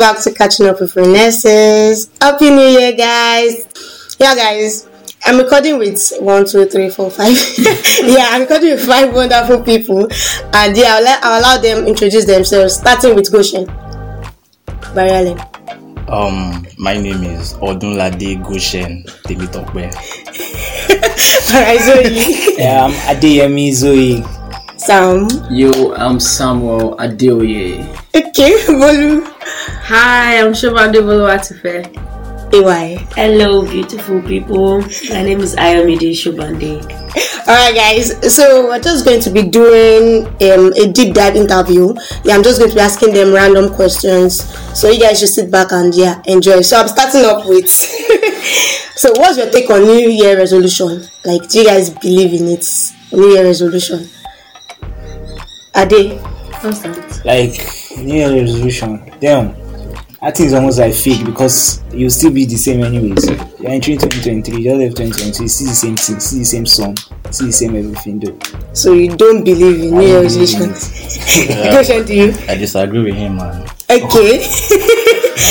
up to Catching Up with Renesses. Happy New Year, guys! Yeah, guys, I'm recording with one, two, three, four, five. yeah, I'm recording with five wonderful people, and yeah, I'll, let, I'll allow them introduce themselves, starting with Goshen. Barely. Um, my name is Odunlade Goshen Temitope. Alright, Zoe. Yeah, I'm Um, Adeyemi Zoe. Sam. Yo, I'm Samuel Adeoye. Okay, Bolu. Hi, I'm Shobande Boluwatife. EY. Hello, beautiful people. My name is Ayomide Shobande. Alright, guys, so we're just going to be doing um, a deep dive interview. Yeah, I'm just going to be asking them random questions. So you guys should sit back and yeah, enjoy. So I'm starting up with. so, what's your take on New Year resolution? Like, do you guys believe in it? New Year resolution? Ade. What's that? Like New Year resolution. Damn. That thing is almost like fake because you'll still be the same anyways. You're entering 2023, you just left 2022, you see the same thing, see the same song, see the same everything though. So, you don't believe in New Year resolution? Question to you. I disagree with him, man. Okay.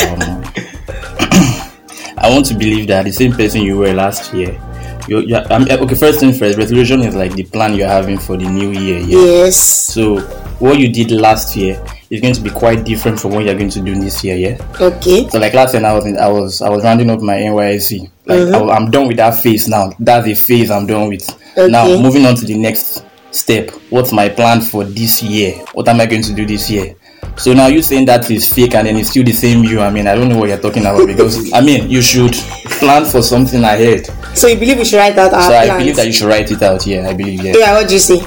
Um, I want to believe that the same person you were last year. You, you, I'm, okay, first thing first, resolution is like the plan you're having for the new year. Yeah. yes. So what you did last year is going to be quite different from what you're going to do this year. Yeah. Okay. So like last year, I was in, I was I was rounding up my NYC. Like I Mm-hmm. wa- I'm done with that phase now. That's a phase I'm done with. Now Okay. moving on to the next step. What's my plan for this year? What am I going to do this year? So now you saying that is fake and then it's still the same you. I mean, I don't know what you're talking about because I mean you should plan for something ahead. So, you believe we should write out our So plans? I believe that you should write it out. Yeah, I believe. Yeah. Yeah, what do you say?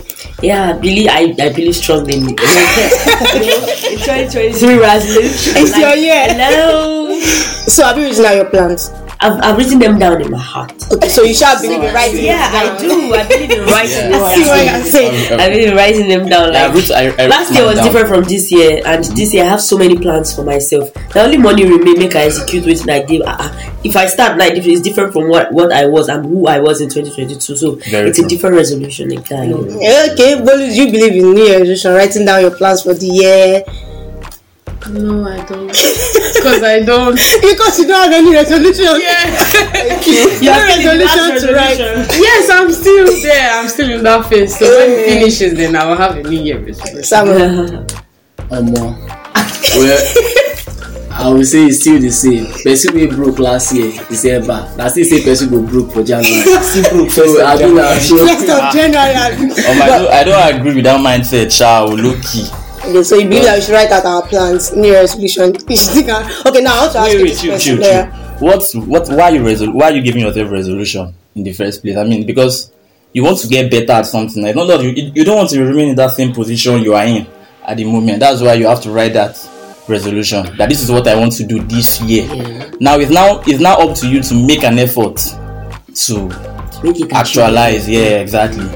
Yeah, I believe I, I believe strongly in it. In 2023 resolution. It's your year. Hello. So, have you written out your plans? I've, I've written them down in my heart. Okay, so you shall believe in writing. Yeah, I do. I believe in writing them See what down. you're saying. I believe in writing them down. Yeah, Um, I Like, wrote- I- I wrote last year mine was down. different from this year, and this year I have so many plans for myself. The only money remain make I execute with I give. Uh, if I start like it's different from what what I was and who I was in 2022. So Very it's true. a different resolution, exactly. Okay, Bolu, do you believe in New Year resolution? Writing down your plans for the year No, I don't. Because I don't. because you don't have any resolution. You No resolution to write. Yes, I'm still there. I'm still in that phase. So when it finishes, then I will have a new year resolution. Samuel, Omo. well, I will say it's still the same. Person wey broke last year, December. Na still say person go broke for January. Still broke. So I do na show. first of January. and- Um, I, don't, I don't agree with that mindset, child. Loki. Okay, so you believe that we should write out our plans, New Year resolution. You should think. uh, Okay, now I want to ask wait, you wait, this question. chill, chill, chill. What's what? Why you resol- Why are you giving yourself resolution in the first place? I mean, because you want to get better at something. Like, not that you, you don't want to remain in that same position you are in at the moment. That's why you have to write that resolution. That this is what I want to do this year. Now it's now it's now up to you to make an effort to Make it actualize. Yeah, exactly.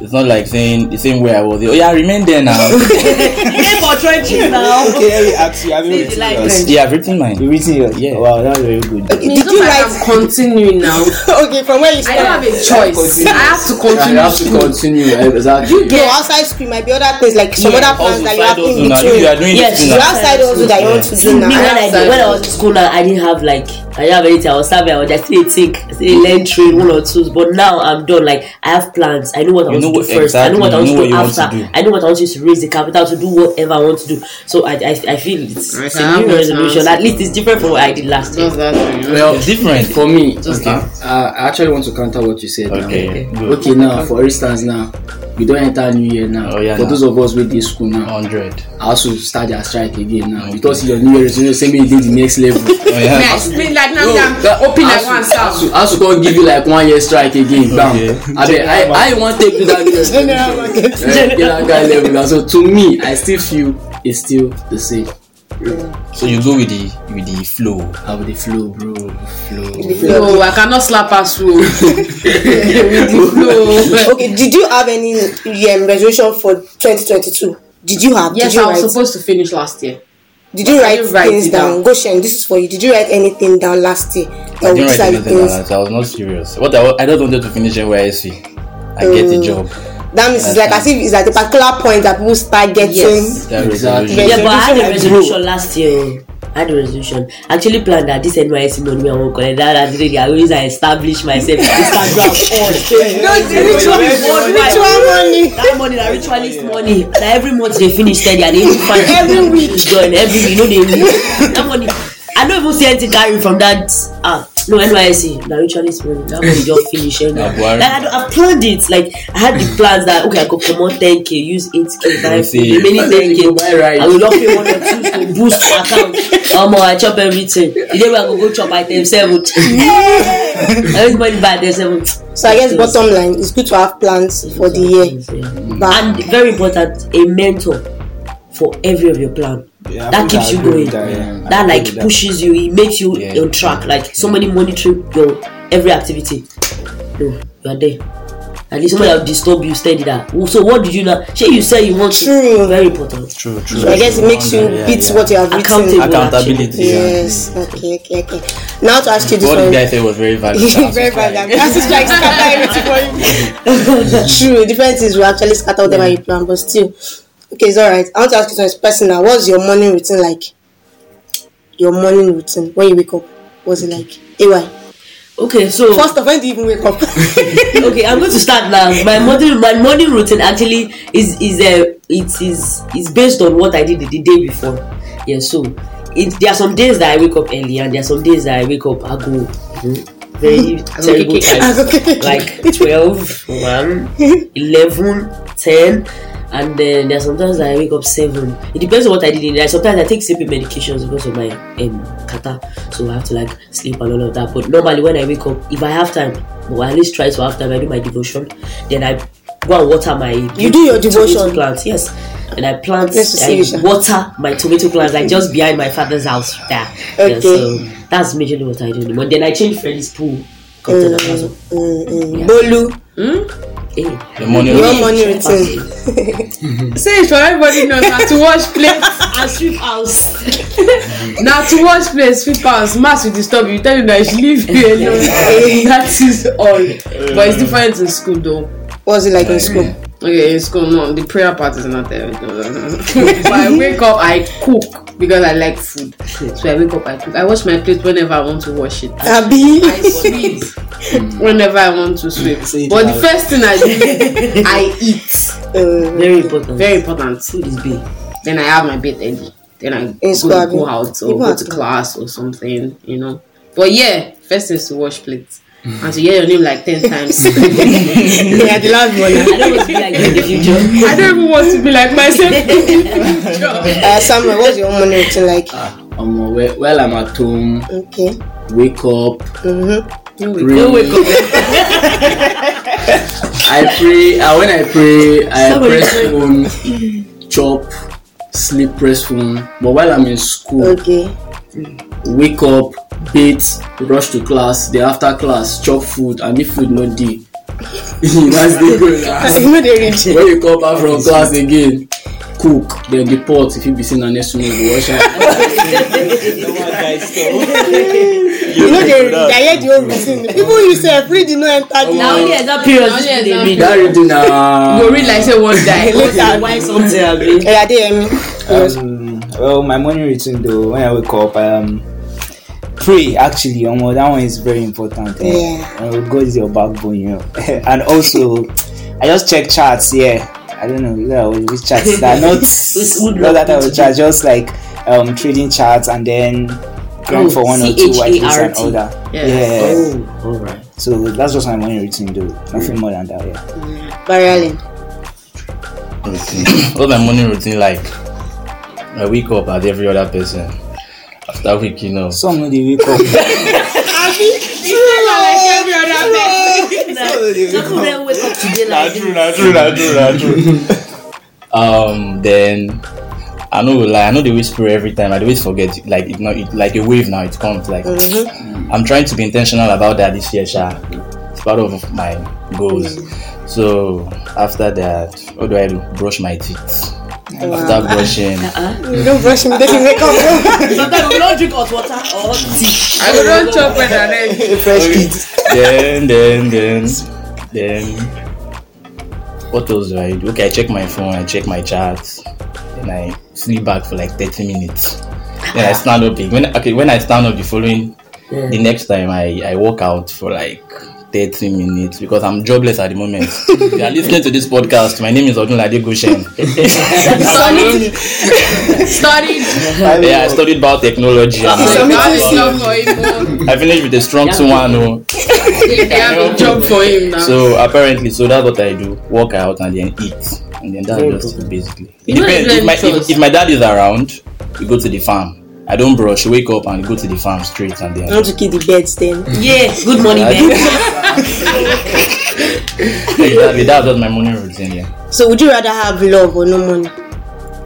It's not like saying the same way I was. Oh yeah, remain there now. Pay for trenches now. Okay, let me ask you, have you See the written light yours? trend. yeah, I've written mine. You written yours? Yeah. Wow, that's very good. Okay, It's did not you like write? I'm continuing now. Okay, from where you I don't have start. a choice. Continue. I have to I continue. have to continue. Exactly. No, outside school, might be other things like some Yeah, other plans Also, that you side have in hustle now. You you are between. doing Yes, this You now. outside also that you want to do Me, when now. I, did, when I was in school now, I didn't have like I didn't have anything. I was serving. I was just still think, I still learn train one or two. But now I'm done. Like I have plans. I know what I You want know to do what- first. I know what I want exactly, you know to do what you want to after. do. I know what I want to use to raise the capital to do whatever I want to do. So I I, I feel it's, Right, it's I a have new what I resolution. want to At least it's different from what I did last year. Just that thing. Well, It's different. for me, Just okay, that. uh, I actually want to counter what you said. now. Okay. Good. Okay, now for instance, now we don enter new year now. Oh, yeah, Oh. for now. those of us wey dey school now, Hundred. I also start their strike again now okay. because your new year resolution say make you dey the next level. Oh, yeah. Me, I should be like now No, that I'm open like one asu sound. asu come give you like one year strike again bam Okay. abeg i i wan take do that new year General resolution market. Eh, get that guy level na so to me i still feel it's still the same So you go with the with the flow. i go dey flow bro flow. No, I cannot slap us. oh. No. okay, did you have any um, resolution for 2022? Did you have? Yes, did you I was write? supposed to finish last year. Did you write didn't write things it down? down. Goshen, this is for you. Did you write anything down last year? I Or didn't which write are the anything like that. I was not serious. What I, wa- I just wanted to finish NYSC and get Oh. a job. That means it's like as if it's at a particular point that people start getting. Yes. That Exactly. resolution. Yeah, but I had a Resolution, like, resolution last year. I had a resolution. I actually planned that this NYC money I won't collect. That at the day I always establish myself. Instagram on No, the ritual, ritual money. that money na ritualist money na every month dey finish steady i dey even find Every week. join every week no dey miss that money i no even see anything carry from that ah no nysc na ritualist money that money just finish anyhow Na Buhari. like i don i planned it like i had the plans that okay i go comot ten k use eight k buy You food see. remaining ten You go buy k rice. i go don pay one or two to boost account omo i chop everything the day wey i go go chop by ten seven i use money buy ten seven. So I guess bottom line, it's good to have plans for the year. But and very important a mentor for every of your plan Yeah, I that think I keeps you agree going with that, yeah. I that agree like with that. pushes you it makes you Yeah. on track like somebody monitoring your every activity no you are there at least somebody that will disturb you steady that "Oh, so what did you now shey you say you want to True. very important True, true. I guess it makes you Yeah, beat yeah. what you have written. Accountable. Accountability. Yeah. Yes. Okay. Okay. Okay. Now to ask you this What the one. guy said was very valuable. very bad. That's just like scatter everything for you. True. Different things will actually scatter whatever you plan, but still, okay, it's all right. I want to ask you something personal. What's your morning routine like? Your morning routine when you wake up, what's it like? Ay, okay so first of all, when do you even wake up? okay i'm going to start now my morning my morning routine actually is is uh, it is is based on what i did the, the day before yeah so it there are some days that i wake up early and there are some days that i wake up i go mhm, very terrible kick time like 12 1 11 10 and then there are sometimes that I wake up seven. It depends on what I did in the night. Sometimes I take sleeping medications because of my um kata, so I have to like sleep and all of that. But normally when I wake up, if I have time, well I at least try to have time. I do my devotion, then I go and water my You do your tomato devotion? plants. Yes, and I plant, Let's just see I you, sha. water my tomato plants like just behind my father's house there. Yeah, Okay. so that's majorly what I do. in the morning. Then I change Freddy's pool. Content as well. Mm, mm. Bolu, Hey. The money your was morning routine. Say it for everybody knows now to wash plates. and sweep house. Now to wash plates, sweep house, mass will disturb you. Tell you that you should leave you alone. that is all. But it's different in school though. What's it like in school? Okay, in school, no, the prayer part is not there. but I wake up, I cook because I like food. So I wake up, I cook. I wash my plate whenever I want to wash it. Abi, I sweep whenever I want to sweep. So you But do the that. first thing I do, I eat. Uh, Very important. Very important. food is big. Then I have my bed early. Then I It's go, bad. go out You or go go out. to class or something, you know. But yeah, first thing is to wash plates. And to hear your name like 10 times. yeah, the last one. I don't want to be like you in the future. I don't even want to be like myself. Uh, Samuel, what's your morning routine like? omo well well i'm at home Okay. wake up Mm-hmm. pray i pray ah when i pray i Somebody press pray. phone chop sleep press phone but while i'm in school Okay. wake up bathe rush to class then after class chop food and if food no dey that's the goal ah. You know they reach. when you come back from class again cook then the pot if you be say na next week you go wash am You know they reach. I hear the whole routine. People you say free did not enter the Now only exam period people Only exam dey read. that reading na. Go read like say one die. later. Why something abi? Yeah, they um, yes. Um, well, my morning routine though, when I wake up, um, pray actually. Um, that one is very important. eh. Yeah. Uh, God is your backbone, you know. and also, I just check charts. Yeah, I don't know yeah, well, which charts that not Which would not that not type of be- charts, just like um trading charts and then going Oh, for one or two white lists and CHART. all that. Yeah. Yeah. Oh, all right. So that's just my morning routine though. Nothing more than that. Yeah. Barreling. routine. What's my morning routine like? I wake up as every other person. After waking up, Some know they wake up. People don wake up today like this. na true, na true, na true. um, then I know, like I know, they whisper every time. I always forget. Like it, not it, like a wave now. It comes. Like I'm trying to be intentional about that this year, Sha. It's part of my goals. So after that, what do I do? Brush my teeth. After brushing, You don't brush me, then you make up. Sometimes we don drink hot water or hot tea. I go don chop when I ready. Fresh kids. then, then, then, then. What else do I do? Okay, I check my phone. I check my charts. Then I sleep back for like 30 minutes. Then I stand up. big. When okay, when I stand up the following, the next time I I walk out for like. 30 minutes because I'm jobless at the moment. if you are listening to this podcast, my name is Odunlade Goshen. Studied. Studied. yeah, I studied biotechnology. and Oh I- my God, job for him. I finished with a strong 2-1. oh. oh. They have a job for him now. So apparently, so that's what I do: walk out and then eat, and then that's just it, basically. It You know, depends. If my, it's very if, if my dad is around, we go to the farm. I don't brush, wake up and go to the farm straight, and I then want to kill the birds then. Yeah, good morning, Ben. exactly that's just my morning routine. Yeah. So would you rather have love or no money?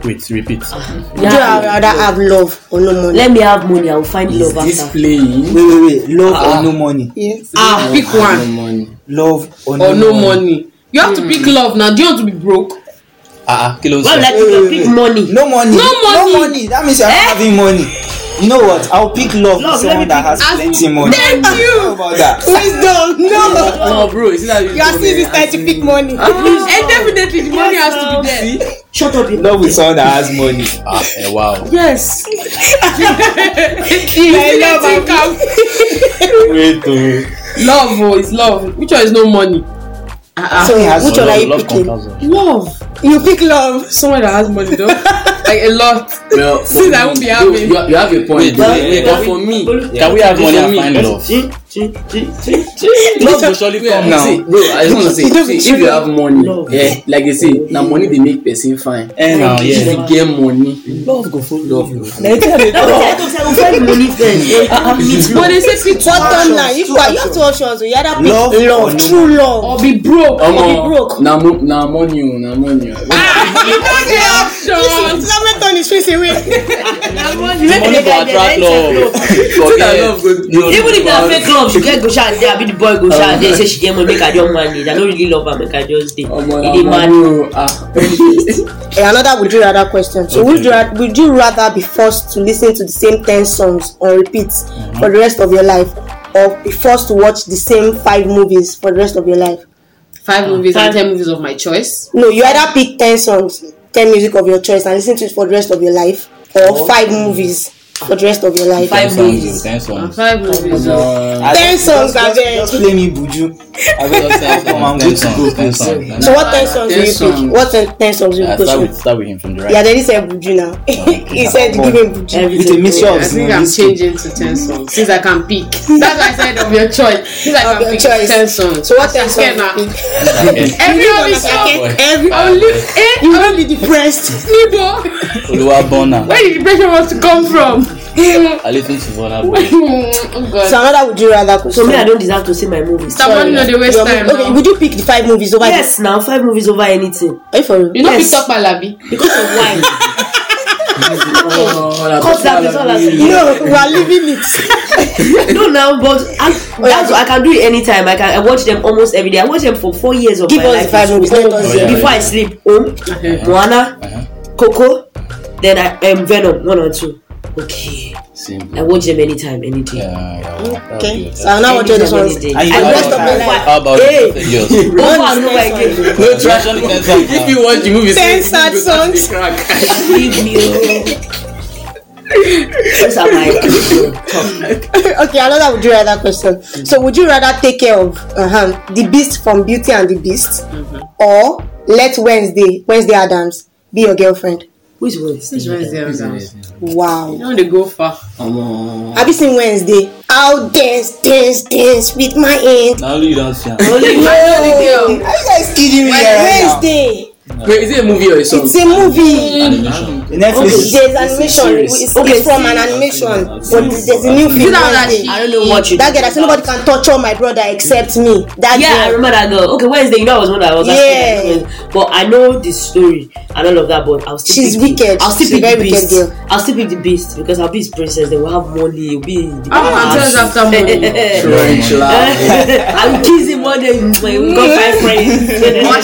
Wait, repeat. Would you rather have love or no money? Let me have money, I will find love This after. playing. Wait, wait, wait. Love or no money? Yes. ah, pick No one money. Love or no, or no money. You have to pick love now. Do you want to be broke? Ah, uh, kilo. Why would I pick, I pick money? No money. No money. Eh? No money. That means you're not having money. You know what? I'll pick love. Love, for let me someone that has As- plenty money. Thank How you. about that? Wisdom. No. No, bro, you see that You are still this time to pick money. And definitely the money has to be there. Shut up, you Love with someone that has money. Ah, eh, wow. Yes. You love see that thing come. Wait, oh. Love, oh, it's love. Which one is no money? So which Oh, one are love- you love picking? compels us. Love. You pick love. Someone that has money, though. like a lot. Well, for Since I me- won't be no, having- You, you have a point. Wait, but- wait, wait, but wait. for me, Can we have money and Me. find love? Love will surely Yeah, come now. see, bro, I just want to It say, doesn't see, if you have money, Love. yeah, like they say, now money they make person fine. Eh, now, If yeah. you get money, Love go full love. I will I will find money first. Then I will meet But love. they say pick What one turn now? If you are- you have two options, you either pick Love or love, no true love. or be broke. um, be broke. now, now money, now money. Options. Someone turn his face away. Money go attract love. love go- Even if na Forget. fake love, she get go shout there, abi the boy go shout there, say she get money, make I just manage. I no really love am, make I just dey. Omo, E now money, dey mad. oh, ah. Eh, another would you rather question. So would you ra- would you rather be forced to listen to the same ten songs on repeat Mm-hmm. for the rest of your life, or be forced to watch the same five movies for the rest of your life? Five movies Five. and ten movies of my choice. No, you either pick ten songs, ten music of your choice, and listen to it for the rest of your life, or five movies for the rest of your life. Ten Five songs, movies. ten songs. Ah, Five movies. of- Uh, I Ten just- songs, just- abeg. Just play me, Buju. I will Just ten just come and songs, ten go to songs, ten Brooklyn. songs. So what ten songs ten will you pick? songs. What ten, ten songs will you Yeah, start pick? with start with him from the right. Yeah, then he said Buju now. he said give him Buju. With a mixture of I think I'm changing to ten songs since I can pick. That's why I said of your choice. Since I Of can your pick choice. ten songs. So what ten songs Scared will you now. pick? Okay. Every other Scared. song. Every Uh, I'll leave. Eh, you I'll won't leave. be depressed. Nibo. Oluwabona. Where did depression want to come from? I listen to Burna Boy. oh God. So another would you rather So question. me, I don't deserve to see my movies. Someone know the waste Your time. mo- okay, now. would you pick the five movies over? Yes, now five movies over anything. The, are you for real? You know, Yes. picked up my labi. Because of why? oh, that Cut that with person, all I love you. that. No, we are leaving it. No, now, but Oh, I, that's, I can do it anytime. I can I watch them almost every day. I watch them for four years of Give my us life. Oh, the five movies. Let us Uh-huh. yeah. hear. before I sleep, Om, Moana, Coco, then I um, Venom one or two. Okay, Same. I watch them anytime, anytime. Yeah, yeah, yeah. That was Okay, good. so I'll now watch all these ones. Anytime, And you anytime. I know watch that- them over, How about Hey. you? yours? over and over again. No trash on the ten songs. If now. you watch the movie, Ten you sad go to the songs. crack. Leave me alone. Those are my okay, another would you rather question. So would you rather take care of uh-huh, the beast from Beauty and the Beast, or let Wednesday Wednesday Adams be your girlfriend? which ones? Which one is the other? Wow. You know they go far. Omo. Have you seen Wednesday? I'll dance, dance, dance with my hand. Now you don't see. am. Only No, are you guys kidding me? Wednesday. Wait, is it a movie or a song? It's a movie. Animation. Netflix. There's animation. series. It's, it's Okay, from an animation, but there's a new film. that Wednesday. she- I don't know what you. that girl that said nobody can torture my brother except me. That Yeah, I girl. remember that girl. Okay, Wednesday, you know, I was one that I was asking. Yeah. that. But I know the story and all of that, but I'll still She's pick the- wicked. I'll still She's a pick the very wicked beast. girl. I'll still pick the beast because I'll be his princess. They will have money. It'll be. The How can tell us after money? French love. I'll kiss him one day. We got five Or I friends.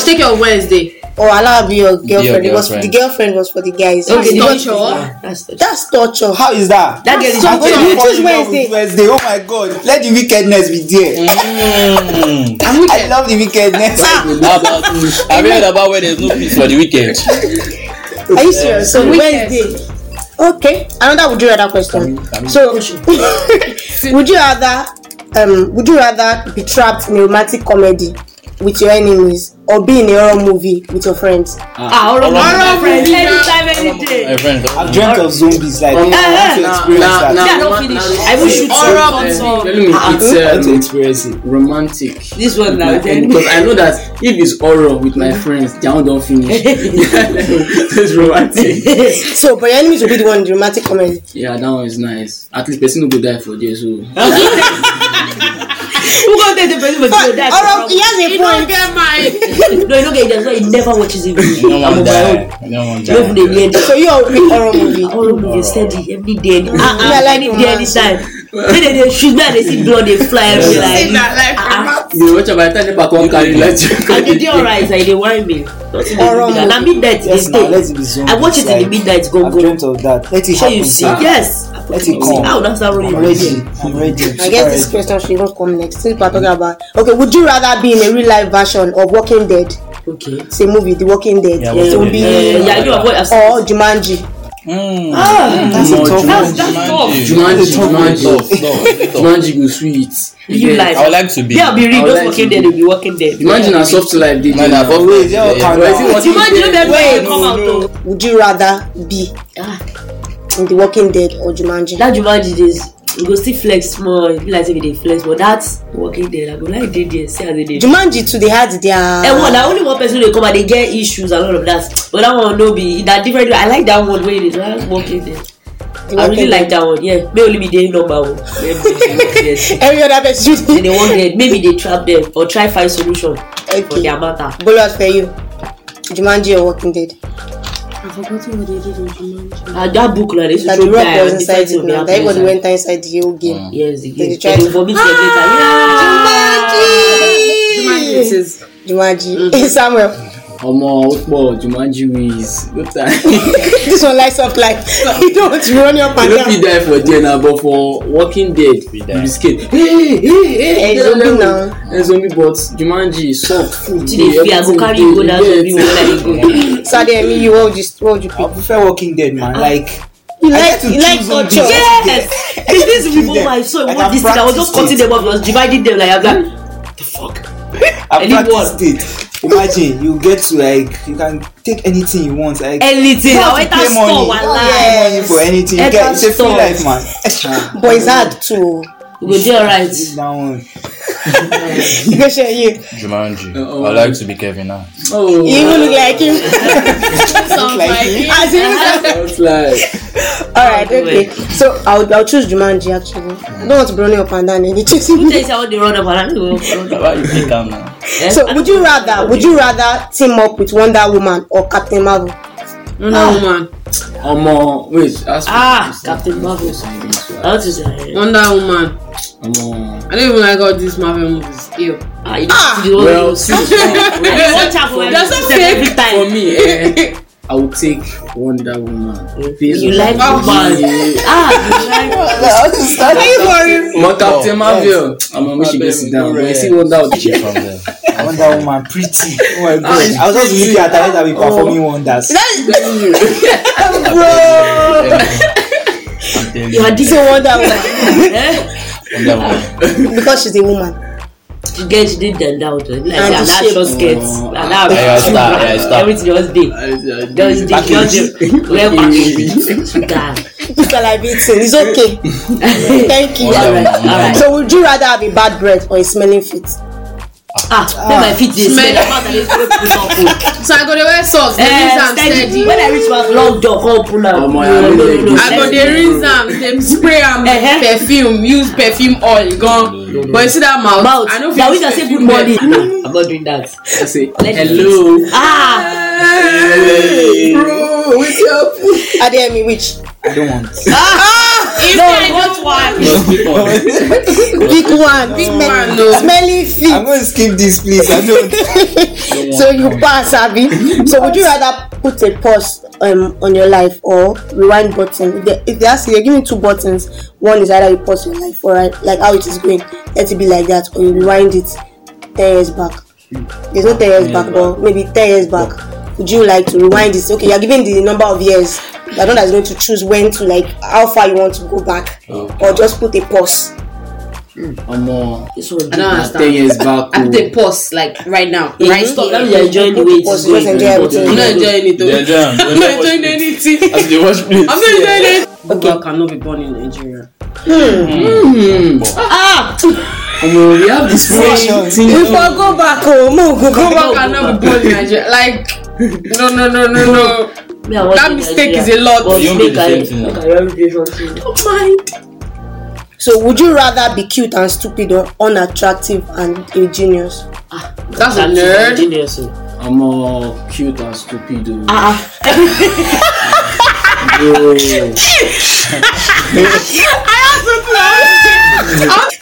should take it on Wednesday. Or allow her be Oh, your girlfriend. It was girlfriend. the girlfriend was for the guys. Okay, It was- torture. That's the That's torture. How is that? that girl is So I'm going to you fall choose in love Wednesday. with Wednesday. Oh my God. Let the wickedness be there. Mm. I love the wickedness. How about? Have you heard about where there's no peace for the wicked? Are you serious? So Wicked. Wednesday. Okay. Another would you rather question. So, would you rather um would you rather be trapped in a romantic comedy with your enemies or be in a horror movie with your friends? Ah, all of All of my my friends, friends. anytime, any My day. friend, I've dreamt of zombies like Um, I want to nah, experience nah, nah. Me, that. I Now, don't finish. now, I will shoot Horror some. Let me I want to it's um, experience it. romantic. This one now, then. because I know that if it's oral with my friends, they all don't finish. it's romantic. So, but your enemies will be the one in the romantic comedy. Yeah, that one is nice. At least person who go die for there, so Who gonna take the person for But you? That's the horror, problem. he has a You don't point. get my No, you don't get it. That's why he never watches it. you don't I'm want on to my own. die. You don't want Not even a to die. near death. So you are in horror movie. all of them steady every day any I like any day romance. anytime then they dey shoot me and they see blood dey fly everywhere say like that you watch by the time nepa come carry light. I dey dey alright I dey whine me nothing dey do Horror me na na midnight dey Yes, now let it stay be zombies. I watch it in the like, midnight go I've go dreamt of that. Let it sure you happen. see sir. yes Let it come. how na start I'm rolling ready. I'm ready. I guess this question should even come next. Since we're talking about okay, would you rather be in a real life version of Walking Dead? okay It's a movie, The Walking Dead, Yeah, yeah, Walking zombie, Eh, yeah yeah you avoid as or Jumanji. Mm. That's a tough Ah, that's one. that's tough Jumanji, Tough, Jumanji, tough, tough. Jumanji go sweet. You Yeah. like- I would like to be. yeah be real I just like to working there be- dey be working there Imagine a soft life they do. Man, I've always. Yeah, yeah, calm But is down. it what imagine you if get? everybody come out no, o Would you rather be Ah, in The Walking Dead or Jumanji? that Jumanji days you go still flex small you be like say we dey flex but that working there I go like dey there see as they dey Jumanji too, they had their. and one na only one person dey come and dey get issues and all of that but that one no be na different way i like that one wey dey do i work in there The i Walking really like Dead. that one yeah may only be dey number one May only be dey work there. Every other person. then they work there maybe dey trap them or try find solution for okay. their matter Bolo, as for you, Jumanji or Walking Dead? I forgot what they did in Jumanji. na that book na they used to That the throw rock guy was and inside it different thing dey now. That happen everybody inside went inside the whole game. yes the Then they game tried Ah! they to- dey vomit them later yeah Jumanji it is. Jumanji. Samuel. Omo, Okpo, Jumanji wins. Good time. This one lights up like you don't want to run your you no pants. fit die for there na but for walking dead We you die. be scared hey hey hey Eh, zombie now. eh zombie but jumanji soft food see the fear go carry you go that zombie world like go Sade, me, you, what would you, what would you I pick? prefer Walking Dead, man. Like, You I like, get to you like choose on torture. this. yes this this Kill people them. my son I want can this thing i was just practice cutting it. them off i was dividing them like i was like the fuck I've Anyone. practiced it. Imagine you get to like you can take anything you want. Like anything You i have went to pay out store money. Oh, wala pay money Yes. for anything. You Enter get, it's a free store. life, man. But it's hard to we go dey alright that one. negotiate you. Jumanji. Uh-oh. I would like to be Kevin now. You Oh, even look like him. Sounds like like it. it. As if- soft life Alright, do okay. it. So I'll, I'll choose Jumanji actually. I don't want to run your pants down and chase who me. tell you say i wan dey run up and i no dey run up Why you pick him now? eh So would you rather would you rather team up with Wonder Woman or Captain Marvel? Wonder Woman. omo wait ask ah captain marvel i omo want to say eh, Wonder Woman. I don't even like all these Marvel movies. Ew. ah you don see the well since one you see for i dey watch am for my There's no system every for time me eh i will take wonder woman you like woman ah you like Are you worried? my captain Oh, marvel omo make she go sit down but you see wonder She woman from there. Wonder Woman, pretty. Oh my god. I was just looking at her that we performing wonders. I'm telling you are you. So different Wonder Woman eh Wonder Woman. because she's a woman. she get she dey danda out eh? like And na that shape. short skirt Oh, na that I got star, I got star. everything just dey just dey just dey well packaged guy. You can like beating. It's okay. Thank you. Wonder Woman. Alright, alright. So would you rather have a bad breath or a smelling feet? ah make my feet dey smell Smell. like water dey spray put on food So I go dey wear socks. Dey rinse eh am steady steady. when i reach my long door come open am Omo, I really like this. I go dey rinse am, dey spray am Eh-heh. with perfume, use perfume oil e gone. But you see that mouth? mouth I no fit na we use can say good perfume morning there. no i'm not doing that i say Let it hello ah hey bro wake up. Ademi, which I don't want. If I don't want Just pick one. big one? Big one, no. Smelling I'm feet. going to skip this, please. I don't. So you pass, Abby. So would you rather put a pause um, on your life or rewind button? If they, if they ask you, you're giving two buttons. One is either you pause your life or uh, like how it is going, let it be like that, or you rewind it ten years back. There's no ten years back, but maybe ten years back. Would you like to rewind this? Okay, you're giving the number of years. You are the one that's going to choose when to like how far you want to go back, or just put a pause. omo This one. Eh, I don't na ten understand. years back I have to o pause like right now. Right Stop. here. That means you're enjoying the way it is Just going. enjoy everything. I'm not enjoying it though. They're done. I'm not enjoying anything. As they watch plates. I'm not enjoying it. Google cannot be born in Nigeria. omo we have this Sure. friend thing If I go back home, oh, go go back. Google cannot be born in Nigeria. Like, no, no, no, no, no. Me, I want That to mistake Nigeria. is a lot. But You won't be make the I- same thing now. make I run play something. So, would you rather be cute and stupid or unattractive and a genius? That's a nerd. Genius, oh. omo cute and stupid o Ah, bro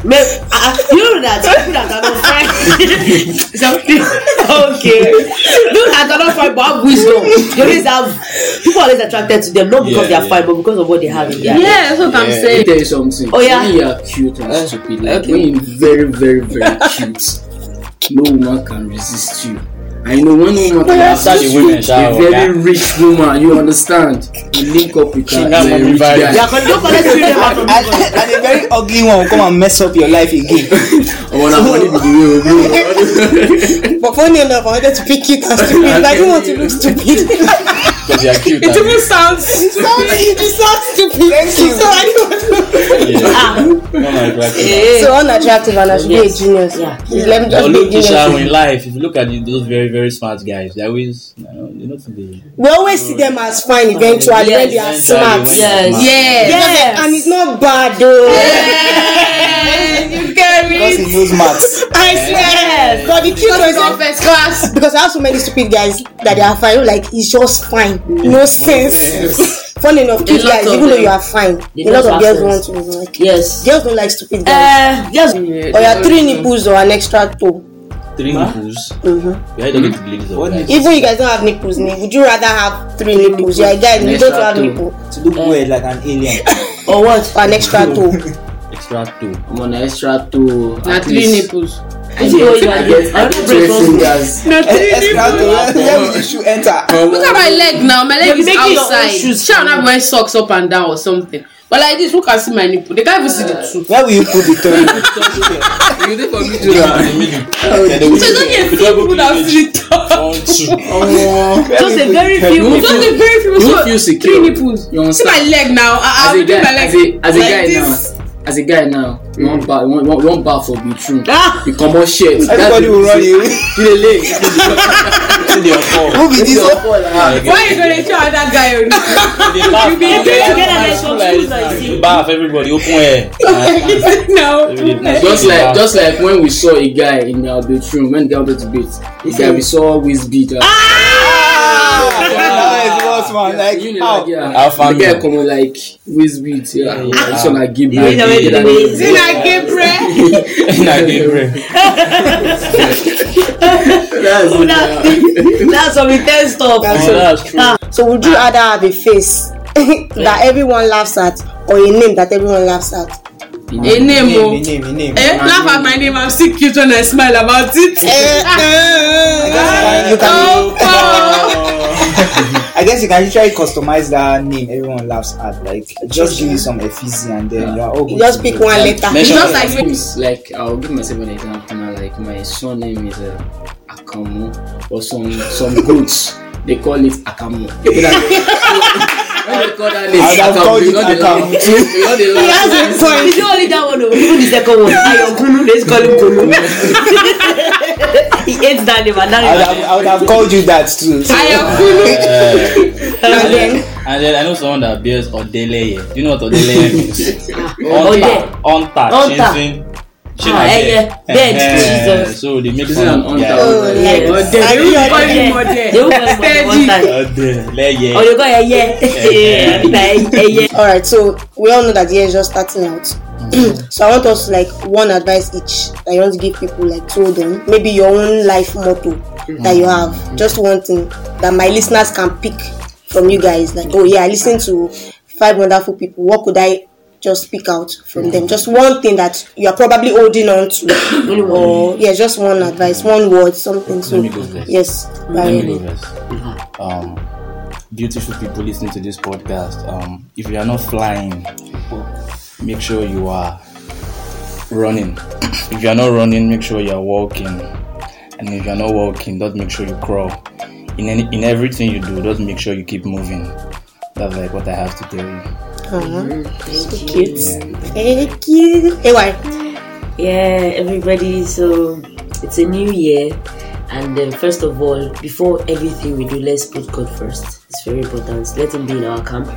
me, ah, you know that people that cannot find something. Okay, people that cannot find but have wisdom. They always have people are always attracted to them not because Yeah, they are fine, but because of what they have in their. head. Yeah, that's what let I'm me saying. tell you something Oh, yeah. Eh, when you are cute and stupid like okay. when you very very very cute no woman can resist you and you know when no woman can After resist the you women shower. a very rich woman you understand you link up with her She now you are a money rich value. guy They are con- don't collect children out from and, and a very ugly one will come and mess up your life again. omo na money be the way o bro. But funny enough, I wanted to be cute and stupid. but I didn't want to look stupid. Because you are cute. It and- even sounds. It sounds, it sounds stupid. So, I don't know. Yeah. Oh No, no, exactly. so unattractive and I should Yes. be a genius. Yeah. Please, Let me But just be a look, genius. Isha, in life, if you look at the- those very, very smart guys, they always, you know, you know, they We always see them as fine eventually when they are Eventually, smart. when- Yes. Yeah. Yes. And it's not bad though. You get Because me? he knows maths. I swear. But the cute ones Go are- first class. because I have so many stupid guys that they are fine. Like it's just fine, no sense. Funny enough, cute A lot guys, of even though them. you are fine, They a lot don't of have girls sense. want to like. Yes. Girls don't like stupid guys. Uh, yes. or you have Oh, three nipples or an extra toe. Three nipples. Mm-hmm. Mhm. You're either going to the ladies or What guys. nipples? Even you guys don't have nipples, ni- would you rather have three nipples? Yeah, guys, An you don't extra have toe. nipples. To look weird like an alien. Or what? Or an extra toe. Extract two. omo na extra two Now at three least nipples. I know you I are. get I I get three don't break those. fingers. Now three nipples. Escalator, where where would the shoe enter? Look at my leg now. My leg You're is making your own outside. shoes. Shall not wear socks up and down or something. But like this, who can see my nipple? They can't even see the two. Where will you put the toy? You dey for me do that. So it's only a few people that see the top. Oh. Just a very few. It's only very few. You So feel three secure. nipples. You See my understand? leg now. I, As I'll a be doing guy, my as leg. a as a like guy now, this. as a guy now, you wan baff, you wan wan baff for bathroom. Ah. You comot shirt. Everybody will run away. You dey leg. You Who be this dey one? fall out. Why you gonna show that guy? on? You be doing together like some schools like this. Bath everybody, open air. no. Just like just like when we saw a guy in our bathroom when the guy wanted to bathe, the guy we saw waist beat. Ah. That one is worse, man. Like, you know, how? like, yeah. Alpha The guy male. comot like waist beat. Yeah, yeah. this one na give me. You know where the waist- See like Gabriel. Nah, give break. That's it. That's that's some intense stuff. Oh, that's true. Ah. So would you rather have a face that everyone laughs at or a name that everyone laughs at? A name. Name, oh. name, name. Eh, laugh at my name. I'm still cute when I smile about Eh. it. I guess you can- Oh, wow. I guess you can literally customize that name everyone laughs at. Like, just give you some effigy and then you're all You good. just to pick go. one letter. Mention Just it. like when It's like I'll give myself an example now. Like my surname is uh, Akamu, or some some goats they call it Akamu. When they call that name, I would have Akamu, Ah, called you it know they laugh. You know they He laugh. has a point. It's not only that one, oh, even the second one. Ayokunu, let's call him Kunu. he hates that name, and that I would, name. have, I would have called you that too. I am cool. Eh, And then and then I know someone that bears Odeleye. Do you know what Odeleye means? Ode. Onta. Onta. Chasing. Chin Ah, and eh, hair. yeah. Dead, Eh, Jesus. So they make This is an fun of yeah. Oh, Onta. like- They will Yeah. call him more They there. will call him Ode one time. Oh, Odeleye. you got a yeah. Yeah, I mean, eh, eh, yeah. all right, so we all know that the year is just starting out. Mm-hmm. so I want us to, like one advice each that you want to give people, like through them, maybe your own life motto that you have. Mm-hmm. Just one thing that my listeners can pick from you guys. Like, oh yeah, I listen to five wonderful people. What could I just pick out from Mm-hmm. them? Just one thing that you are probably holding on to, or yeah, just one advice, one word, something. So me go first. yes, Let me Barry. go first. Um, beautiful people listening to this podcast, um, if you are not flying, make sure you are running. If you are not running, make sure you are walking. And if you are not walking, just make sure you crawl. In any, in everything you do, just make sure you keep moving. That's like what I have to tell you. Thank you. Thank you. Uh-huh. Hey, why? Yeah, everybody. So it's a new year, and uh, first of all, before everything we do, let's put God first. It's very important. Let Him be in our camp,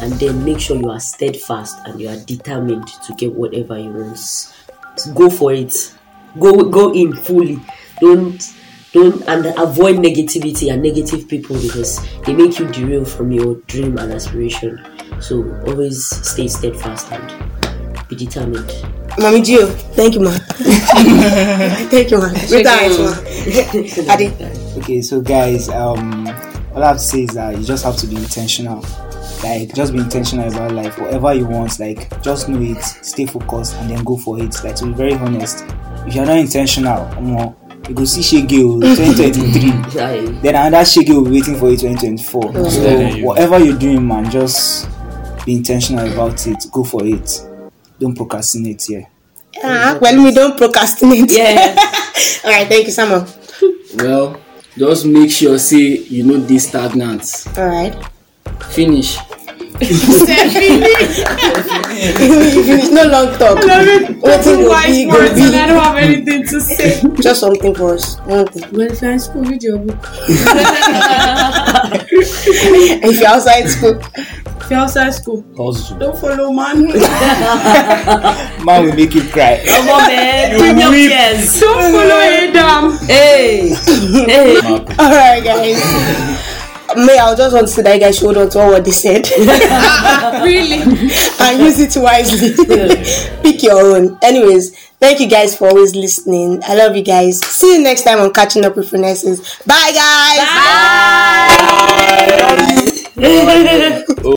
and then make sure you are steadfast and you are determined to get whatever you want. So go for it. Go go in fully. Don't don't and avoid negativity and negative people because they make you derail from your dream and aspiration. So always stay steadfast and be determined. Mommy Gio, thank you, ma. thank you, ma. Great eyes, ma. Adi. Okay, so guys, um, all I have to say is that you just have to be intentional. Like, just be intentional about life. Whatever you want, like, just know it, stay focused, and then go for it. Like, to be very honest, if you're not intentional, omo, you go see shege o 2023. Bye. then another shege will be waiting for you 2024. Yeah, So, you- whatever you're doing, man, just be intentional about it. Go for it. Don't procrastinate here. Ah, well, we don't procrastinate. Yeah. All right, thank you, Samuel. well just make sure say you no dey stagnant All right. finish no long talk. Wetin go be, go be. don't have anything to say. Just something for us. One thing. Well, if you're in school, read your book. If you're outside school, If you're outside school, Hustle. don't follow man. Man will make you cry. Come on, man. Bring your tears. Don't follow Adam. Hey. Hey. all right, guys. May I just want to say that you guys should hold on to all what they said really? and use it wisely. Pick your own. Anyways, thank you guys for always listening. I love you guys. See you next time on Catching Up with Finesses. Bye, guys. Bye.